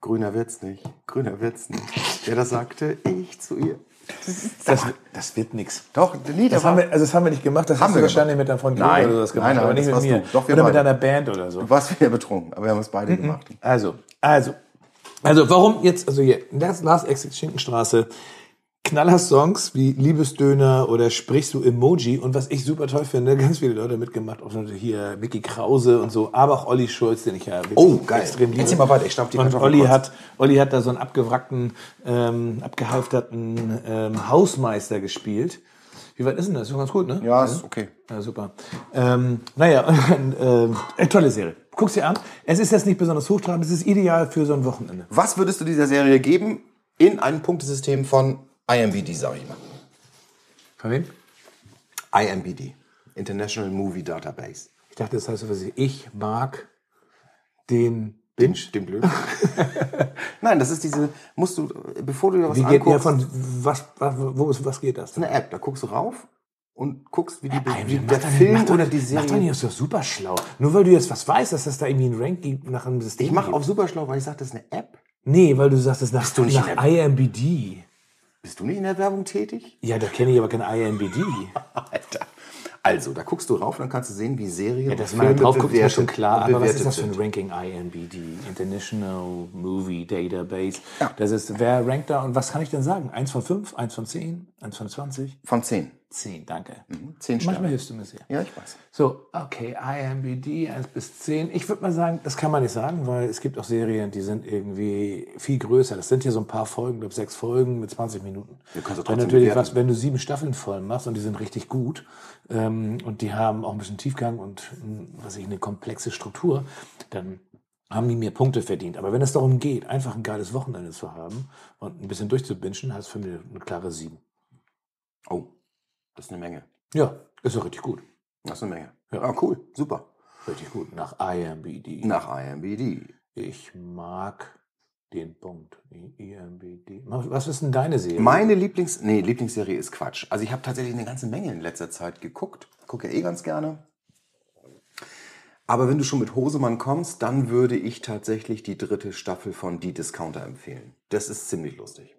grüner wird's nicht, grüner wird's nicht. Der das sagte, ich zu ihr. Das, das wird nix. Doch, nee, der Das haben, wir, also das haben wir nicht gemacht, das Haben hast du wir wahrscheinlich gemacht. mit deinem Freund Nein, oder sowas gemacht, nein, nein, aber nicht das mit mir. warst du. Doch, wir oder mit beide. deiner Band oder so. Du warst wieder betrunken, aber wir haben es beide gemacht. Also, also, also, warum jetzt, also hier, das Last Exit Schinkenstraße, Knaller-Songs wie Liebesdöner oder Sprichst du Emoji und was ich super toll finde, ganz viele Leute mitgemacht, auch hier Mickey Krause und so, aber auch Olli Schulz, den ich ja wirklich Oh, geil. liebe. Erzähl mal weiter, ich schnapp die Und Kartoffeln Olli kurz. hat, Olli hat da so einen abgewrackten, ähm, abgehalfterten ähm, Hausmeister gespielt. Wie weit ist denn das? Ist doch ganz gut, ne? Ja, ist okay. Ja, super. Ähm, naja, ähm, äh, tolle Serie. Guck sie an. Es ist jetzt nicht besonders hochtrabend, es ist ideal für so ein Wochenende. Was würdest du dieser Serie geben in einem Punktesystem von IMBD, sag ich mal? Von wem? IMBD, International Movie Database. Ich dachte, das heißt, was ich, ich mag den Binge. Dem Blöd. Nein, das ist diese, musst du, bevor du dir was Wie geht der anguckst, von, was, was, wo ist, was geht das? eine App, da guckst du rauf und guckst, wie, die, Nein, wie mach der doch nicht- Film mach doch oder nicht- die Mach doch Serie nicht, das ist doch super schlau. Nur weil du jetzt was weißt, dass das da irgendwie ein Rank gibt nach einem System. Ich mache gibt. auf super schlau, weil ich sage, das ist eine App. Nee, weil du sagst, das nach, du nicht in nach IMBD. Bist du nicht in der Werbung tätig? Ja, da kenne ich aber kein IMBD. Alter. Also, da guckst du rauf, dann kannst du sehen, wie Serien Ja, dass und man da Filme drauf guckt, ist mir bewertet- schon klar. Aber was bewertet ist das für ein sind. Ranking IMBD? International Movie Database. Das ist, wer rankt da und was kann ich denn sagen? Eins von fünf, eins von zehn, eins von 20? Von zehn. Zehn, danke. Zehn Sterne. Manchmal hilfst du mir sehr. Ja, ich weiß. So, okay, IMBD 1 bis 10. Ich würde mal sagen, das kann man nicht sagen, weil es gibt auch Serien, die sind irgendwie viel größer. Das sind hier so ein paar Folgen, glaube sechs Folgen mit 20 Minuten. Wir können sie wenn, trotzdem natürlich bewerten. was, wenn du sieben Staffeln voll machst und die sind richtig gut ähm, und die haben auch ein bisschen Tiefgang und mh, was weiß ich, eine komplexe Struktur, dann haben die mir Punkte verdient. Aber wenn es darum geht, einfach ein geiles Wochenende zu haben und ein bisschen durchzubinschen, heißt für mich eine klare 7. Oh, das ist eine Menge. Ja, ist doch richtig gut. Das ist eine Menge. Ja. Ja, cool. Super. Richtig gut. Nach IMBD. Nach IMBD. Ich mag den Punkt. I- IMBD. Was ist denn deine Serie? Meine Lieblings... Nee, Lieblingsserie ist Quatsch. Also ich habe tatsächlich eine ganze Menge in letzter Zeit geguckt. Gucke eh ganz gerne. Aber wenn du schon mit Hosemann kommst, dann würde ich tatsächlich die dritte Staffel von Die Discounter empfehlen. Das ist ziemlich lustig.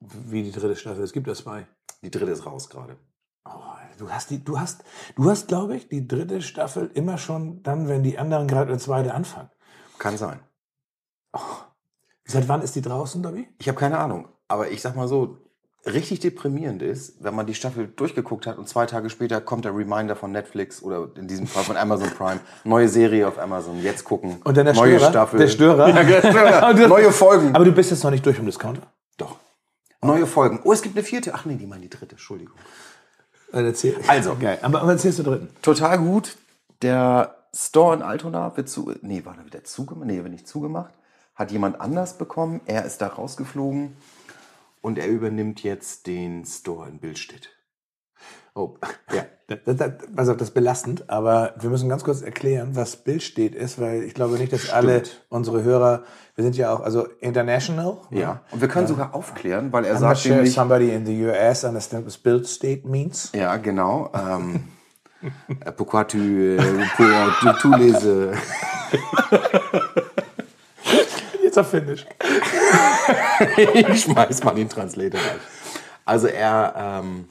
Wie die dritte Staffel. Es gibt ja zwei. Die dritte ist raus gerade. Oh, du hast die, du hast, du hast, glaube ich, die dritte Staffel immer schon dann, wenn die anderen gerade eine zweite anfangen. Kann sein. Seit wann ist die draußen, Dobby? Ich habe keine Ahnung. Aber ich sag mal so, richtig deprimierend ist, wenn man die Staffel durchgeguckt hat und zwei Tage später kommt der Reminder von Netflix oder in diesem Fall von Amazon Prime, neue Serie auf Amazon, jetzt gucken. Und dann der neue Störer. Staffel. Der Störer. Ja, der Störer. Und das- neue Folgen. Aber du bist jetzt noch nicht durch im Discounter. Äh, Doch. Neue Folgen. Oh, es gibt eine vierte. Ach nee, die meinen die dritte. Entschuldigung. Dann erzähl- Also. Geil. Aber, aber erzählst du dritten. Total gut. Der Store in Altona wird zu. Nee, war da wieder zugemacht? Nee, wird nicht zugemacht. Hat jemand anders bekommen. Er ist da rausgeflogen. Und er übernimmt jetzt den Store in Billstedt. Oh. Ja. Das, das, das, pass auf, das ist belastend, aber wir müssen ganz kurz erklären, was Bild steht ist, weil ich glaube nicht, dass alle unsere Hörer, wir sind ja auch, also international. ne? Ja. Und wir können sogar aufklären, weil er I'm not sagt sure if nämlich. somebody in the US understands what build state means. Ja, genau. Ähm, äh, pourquoi tu, äh, pour, tu, tu les. äh, Jetzt auf Finnisch. ich schmeiß mal den Translator rein. Also er ähm,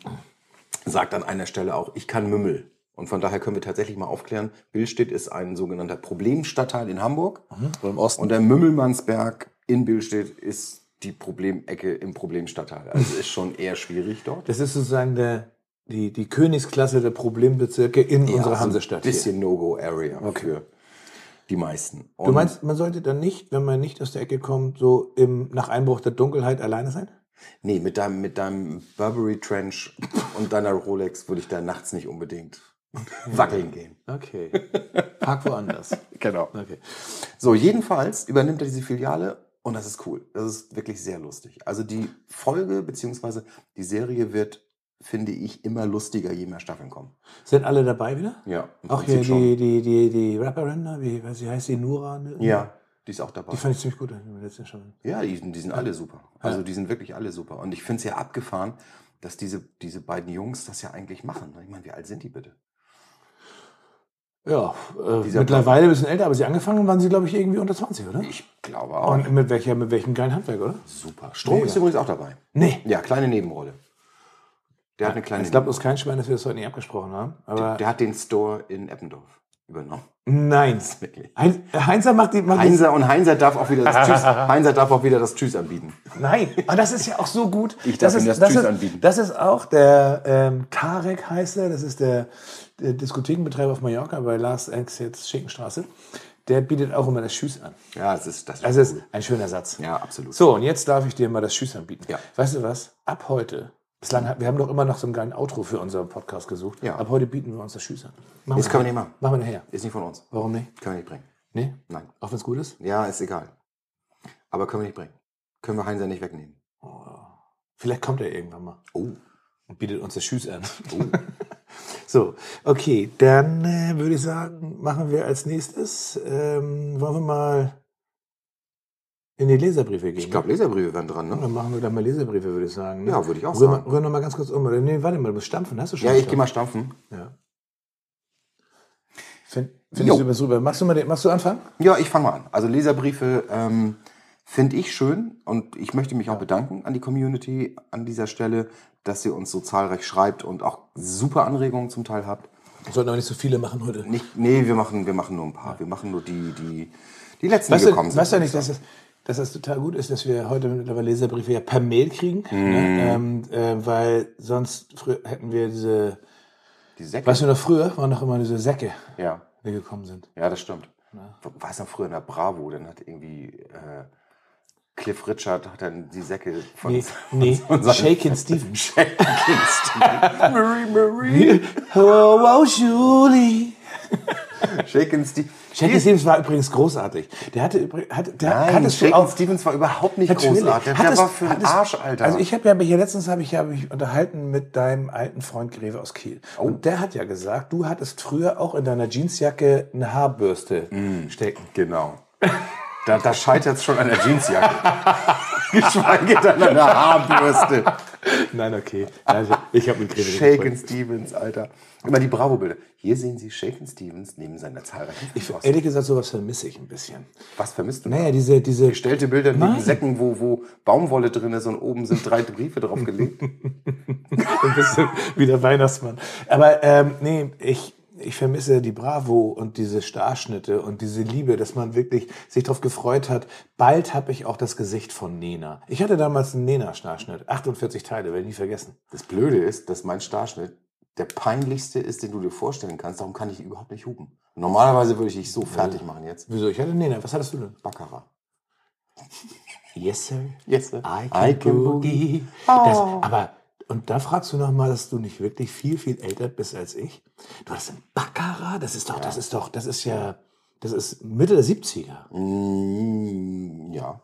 sagt an einer Stelle auch, ich kann Mümmel. Und von daher können wir tatsächlich mal aufklären, Billstedt ist ein sogenannter Problemstadtteil in Hamburg. Im Osten. Und der Mümmelmannsberg in Billstedt ist die Problemecke im Problemstadtteil. Also es ist schon eher schwierig dort. Das ist sozusagen der, die, die Königsklasse der Problembezirke in unserer Also ein Hansestadt. Hier. Bisschen No-Go-Area okay. für Die meisten. Du meinst, man sollte dann nicht, wenn man nicht aus der Ecke kommt, so im, nach Einbruch der Dunkelheit alleine sein? Nee, mit deinem, mit deinem Burberry Trench und deiner Rolex würde ich da nachts nicht unbedingt wackeln gehen. Okay. Park woanders. Genau. Okay. So, jedenfalls übernimmt er diese Filiale und das ist cool. Das ist wirklich sehr lustig. Also die Folge beziehungsweise die Serie wird, finde ich, immer lustiger, je mehr Staffeln kommen. Sind alle dabei wieder? Ja, im Auch hier Prinzip die, die, die, die Rapperin, da, wie weiß ich, heißt die Nura? Ne? Ja, die ist auch dabei. Die fand ich ziemlich gut im letzten schon. Ja, die, sind- die sind alle super. Also die sind wirklich alle super. Und ich finde es ja abgefahren, dass diese, diese beiden Jungs das ja eigentlich machen. Ich meine, wie alt sind die bitte? Ja, äh, Dieser- mittlerweile ein bisschen älter, aber sie angefangen waren sie, glaube ich, irgendwie unter 20, oder? Ich glaube auch. Und mit, welcher, mit welchem geilen Handwerk, oder? super. Strom ist Mega. übrigens auch dabei. Nee. Ja, kleine Nebenrolle. Der hat eine kleine Ich äh, glaube, uns kein Schwein, dass wir das heute nicht abgesprochen haben. Aber Nebenrolle. Der hat den Store in Eppendorf übernommen. nein. Wirklich. Heinz, Heinzer macht die. Macht Heinzer und Heinzer darf auch wieder das Tschüss, Heinzer darf auch wieder das Tschüss anbieten. die, nein. Aber das ist ja auch so gut. Ich darf ist, ihm das Tschüss ist, anbieten. Das ist auch der ähm, Tarek heißt er. Das ist der, der Diskothekenbetreiber auf Mallorca bei Lars Enks jetzt Schinkenstraße. Der bietet auch immer das Tschüss an. Ja, das ist das. Ist Also ist cool. ein schöner Satz. Ja, absolut. So, und jetzt darf ich dir mal das Tschüss anbieten. Ja. Weißt du was? Ab heute, bislang, hat- wir haben doch immer noch so einen geilen Outro für unseren Podcast gesucht. Ja. Ab heute bieten wir uns das Tschüss an. Machen Das können wir nicht machen. Machen wir nachher. Ist nicht von uns. Warum nicht? Können wir nicht bringen. Nee? Nein. Auch wenn es gut ist? Ja, ist egal. Aber können wir nicht bringen. Können wir Heinzer nicht wegnehmen. Vielleicht kommt er irgendwann mal Oh. und bietet uns das Tschüss an. so, okay, dann äh, würde ich sagen, machen wir als nächstes, ähm, wollen wir mal in die Leserbriefe gehen. Ich glaube, Leserbriefe werden dran, ne? Dann machen wir da mal Leserbriefe, würde ich sagen. ne? Ja, würde ich auch Rühr, mal- sagen. rühr noch mal ganz kurz um. Oder nee, warte mal, du musst stampfen. Hast du schon Ja, ich gehe gestampft? mal stampfen. Ja. Find, findest Jo. du übers rüber. Machst du mal den, machst du Anfang? Ja, ich fange mal an. Also Leserbriefe ähm, finde ich schön und ich möchte mich auch bedanken an die Community an dieser Stelle, dass ihr uns so zahlreich schreibt und auch super Anregungen zum Teil habt. Sollten aber nicht so viele machen heute. Nicht, nee, wir machen, wir machen nur ein paar. Wir machen nur die, die, die letzten, Weißt die du, gekommen sind. weißt du nicht, dass das, dass das total gut ist, dass wir heute mittlerweile Leserbriefe ja per Mail kriegen? Ne? Ähm, Mhm. äh, weil sonst frü- hätten wir diese, die Säcke. weißt du noch, früher waren noch immer diese Säcke, Ja, die gekommen sind. ja, das stimmt. War es noch früher in der Bravo, dann hat irgendwie äh, Cliff Richard hat dann die Säcke von Nee, nee, unseren- Shakin' Steven. Marie, Marie. oh, wow, Julie. Shaken Steve. Shakin' Stevens war übrigens großartig. Der hatte übrigens, hat, der, Nein, hattest du Shaken auch, Stevens war überhaupt nicht Natürlich. großartig. Der Hattest- war für einen hattest- Arsch, Alter. Also ich habe ja mich ja letztens habe ich ja mich unterhalten mit deinem alten Freund Greve aus Kiel. Oh. Und der hat ja gesagt, du hattest früher auch in deiner Jeansjacke eine Haarbürste stecken. genau. Da, da scheitert es schon an der Jeansjacke. Geschweige denn an der Haarbürste. Nein, okay. Also ich habe mit Greve Shaken Stevens, Alter. Immer die Bravo-Bilder. Hier sehen Sie Shaken Stevens neben seiner zahlreichen Ich, äh, Fotos. ehrlich gesagt, sowas vermisse ich ein bisschen. Was vermisst du? Naja, diese, diese Stellte Bilder neben Nein. Säcken, wo, wo Baumwolle drin ist und oben sind drei Briefe draufgelegt. ein bisschen wie der Weihnachtsmann. Aber ähm, nee, ich, ich vermisse die Bravo und diese Starschnitte und diese Liebe, dass man wirklich sich darauf gefreut hat. Bald habe ich auch das Gesicht von Nena. Ich hatte damals einen Nena-Starschnitt, 48 Teile, werde ich nie vergessen. Das Blöde ist, dass mein Starschnitt der peinlichste ist, den du dir vorstellen kannst. Darum kann ich überhaupt nicht hupen. Normalerweise würde ich dich so Äh. fertig machen jetzt. Wieso? Ich hatte Nena. Was hattest du denn? Baccarat. Yes, sir. Yes, sir. I can, boogie. Oh. Das, aber, und da fragst du nochmal, dass du nicht wirklich viel, viel älter bist als ich. Du hast einen Baccarat? Das ist doch, das ist doch, das ist ja, das ist Mitte der 70er. Mm, ja.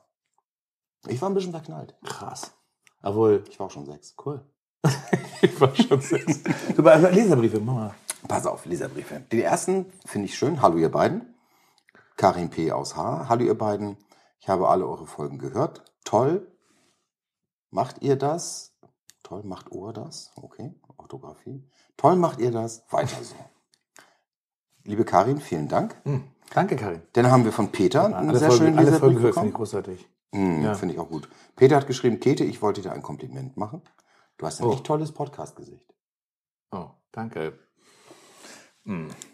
Ich war ein bisschen verknallt. Krass. Obwohl, Ich war auch schon sechs. Cool. Ich war schon sechs. Du also Leserbriefe, mach mal. Pass auf, Leserbriefe. Den ersten finde ich schön. Hallo ihr beiden. Karin P. aus H. Hallo ihr beiden. Ich habe alle eure Folgen gehört. Toll. Macht ihr das? Toll macht Ohr das. Okay, Orthographie. Toll macht ihr das. Weiter so. Liebe Karin, vielen Dank. Hm. Danke, Karin. Dann haben wir von Peter einen Alle sehr Folgen, schönen alle Leserbrief Folgen gehört, bekommen. finde ich großartig. Hm, Ja. Finde ich auch gut. Peter hat geschrieben, Käthe, ich wollte dir ein Kompliment machen. Du hast ein Oh. echt tolles Podcast-Gesicht. Oh, danke.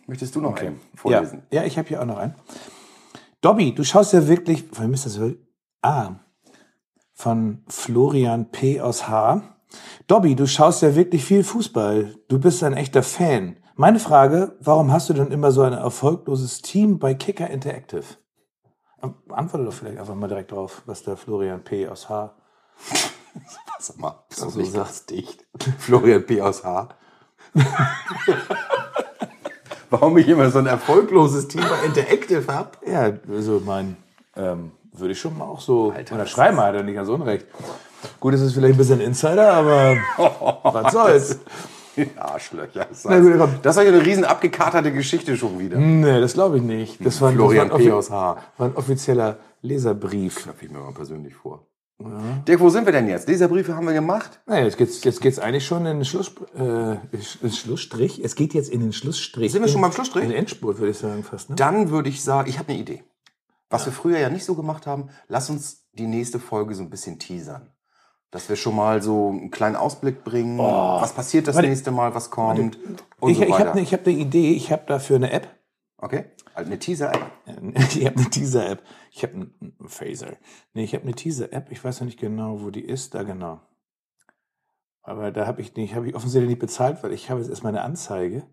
Möchtest du noch einen Ja, vorlesen? ja ich habe hier auch noch einen. Dobby, du schaust ja wirklich. Von ist das wirklich- Ah. Von Florian P. aus H. Dobby, du schaust ja wirklich viel Fußball. Du bist ein echter Fan. Meine Frage, warum hast du denn immer so ein erfolgloses Team bei Kicker Interactive? Ähm, Antworte doch vielleicht einfach mal direkt drauf, was der Florian P. aus H. Sag mal, bist Also du nicht sag- ganz dicht. Florian P. aus H. Warum ich immer so ein erfolgloses Team bei Interactive habe? Ja, also mein, ähm, würde ich schon mal auch so unterschreiben, hat er nicht ganz unrecht. Gut, es ist vielleicht ein bisschen Insider, aber was soll's. Arschlöcher. Das, Na gut, komm. das war ja eine riesen abgekaterte Geschichte schon wieder. Nee, das glaube ich nicht. Das war, Florian das war, P. offi- aus H. war ein offizieller Leserbrief. Knöpfe ich mir mal persönlich vor. Dirk, wo sind wir denn jetzt? Leserbriefe haben wir gemacht. Naja, jetzt geht's, jetzt geht's eigentlich schon in den Schluss, äh, in Schlussstrich. Es geht jetzt in den Schlussstrich. Sind wir schon In- beim Schlussstrich? In den Endspurt, würde ich sagen, fast. Ne? Dann würde ich sagen, ich habe eine Idee. Was wir früher ja nicht so gemacht haben, lass uns die nächste Folge so ein bisschen teasern. Dass wir schon mal so einen kleinen Ausblick bringen. was passiert das Oh. Warte. nächste Mal, was kommt und ich so ich weiter. habe eine hab ne Idee, ich habe dafür eine App. okay? Also eine Teaser-App. Ich habe eine Teaser-App. Ich habe einen einen Phaser. Nee, ich habe eine Teaser-App. Ich weiß noch nicht genau, wo die ist. Da genau. Aber da habe ich nicht, habe ich offensichtlich nicht bezahlt, weil ich habe jetzt erstmal eine Anzeige.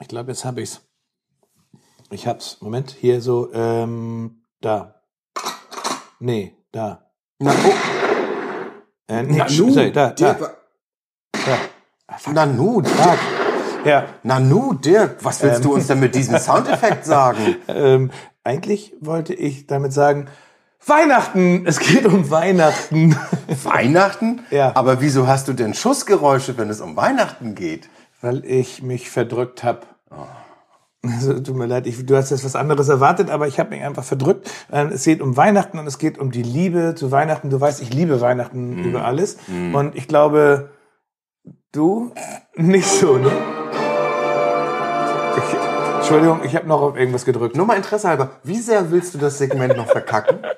Ich glaube, jetzt habe ich's. Ich hab's. Moment, hier so, ähm, da. Nee, da. Na, oh, Äh, nee, Nanu, sorry, da, Dirk, da, wa- da. Nanu, Fuck. Dirk, Ja, Nanu, Dirk, was willst du uns denn mit diesem Soundeffekt sagen? Ähm, eigentlich wollte ich damit sagen, Weihnachten! Es geht um Weihnachten. Weihnachten? Ja. Aber wieso hast du denn Schussgeräusche, wenn es um Weihnachten geht? Weil ich mich verdrückt habe. Oh. Also, tut mir leid, ich, du hast jetzt was anderes erwartet, aber ich habe mich einfach verdrückt. Ähm, es geht um Weihnachten und es geht um die Liebe zu Weihnachten. Du weißt, ich liebe Mhm. Weihnachten über alles. Und ich glaube, du nicht so, ne? Ich, Entschuldigung, ich habe noch auf irgendwas gedrückt. Nur mal Interesse halber, wie sehr willst du das Segment noch verkacken?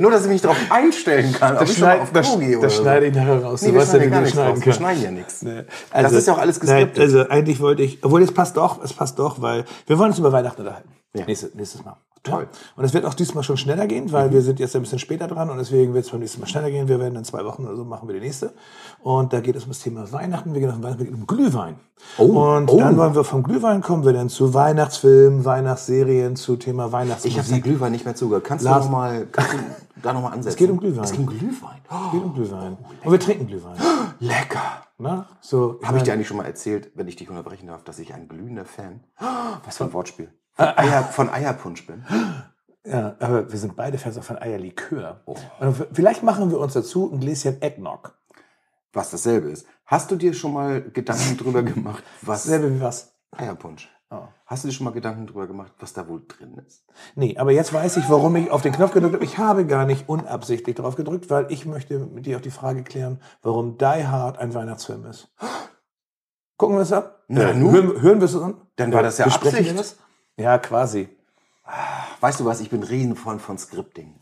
Nur, dass ich mich darauf einstellen kann, ob ich schon mal auf das, Klo gehe oder das so. schneide ich nachher raus. Nee, du wir weißt ja, schneiden wie ja wir gar nichts schneiden raus. Wir kannst. schneiden ja nichts. Nee. Das ist ja auch alles geskriptet. Nein, also eigentlich wollte ich, obwohl es passt doch, es passt doch, weil wir wollen uns über Weihnachten unterhalten. Nächste, nächstes Mal. Toll. Und es wird auch diesmal schon schneller gehen, weil wir sind jetzt ein bisschen später dran und deswegen wird es beim nächsten Mal schneller gehen. Wir werden in zwei Wochen oder so machen wir die nächste. Und da geht es um das Thema Weihnachten. Wir gehen auf Weihnachten, wir gehen um Glühwein. Oh, und oh. dann wollen wir vom Glühwein kommen wir dann zu Weihnachtsfilmen, Weihnachtsserien, zu Thema Weihnachtsmusik. Ich habe den Glühwein nicht mehr zugehört. Kannst Lars- du noch mal, kannst du da nochmal ansetzen? Es geht um Glühwein. Es geht um Glühwein. Oh, Es geht um Glühwein. und wir trinken Glühwein. lecker. Na? So, Habe ich meine- dir eigentlich schon mal erzählt, wenn ich dich unterbrechen darf, dass ich ein glühender Fan, was für ein Wortspiel, Ah. von, Eier, von Eierpunsch bin? Ja, aber wir sind beide Fans von Eierlikör. Oh. Und v- vielleicht machen wir uns dazu ein Gläschen Eggnog. Was dasselbe ist. Hast du dir schon mal Gedanken drüber gemacht, was Selbe wie was. Eierpunsch? Oh. Hast du dir schon mal Gedanken drüber gemacht, was da wohl drin ist? Nee, aber jetzt weiß ich, warum ich auf den Knopf gedrückt habe. Ich habe gar nicht unabsichtlich drauf gedrückt, weil ich möchte mit dir auch die Frage klären, warum Die Hard ein Weihnachtsfilm ist. Gucken wir es ab? Na Äh, nun. hören, hören wir es an? Dann war das ja Besprechen wir Absicht. das? Ja, quasi. Weißt du was, ich bin Riesenfreund von Scripting.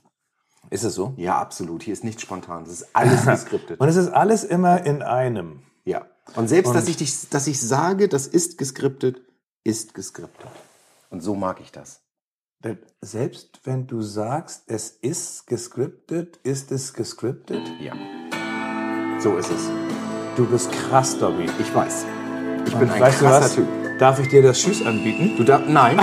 Ist es so? Ja, absolut. Hier ist nichts spontan. Das ist alles geskriptet. Und es ist alles immer in einem. ja. Und selbst, dass, ich dich, dass ich sage, das ist geskriptet, ist geskriptet. Und so mag ich das. Denn Selbst wenn du sagst, es ist gescriptet, ist es gescriptet? Ja. So ist es. Du bist krass, Dobby. Ich weiß. Ich bin Und ein weißt du krasser was? Typ. Darf ich dir das Tschüss anbieten? Du darfst. Nein.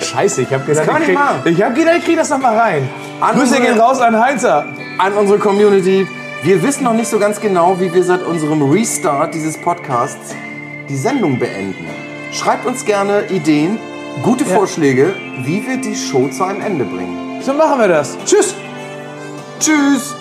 Scheiße, ich habe gedacht, kann man ich nicht krieg, machen. ich hab gedacht, ich krieg das noch mal rein. Andere- Grüße gehen raus an Heinzer. An unsere Community. Wir wissen noch nicht so ganz genau, wie wir seit unserem Restart dieses Podcasts die Sendung beenden. Schreibt uns gerne Ideen, gute Vorschläge, wie wir die Show zu einem Ende bringen. So machen wir das. Tschüss. Tschüss!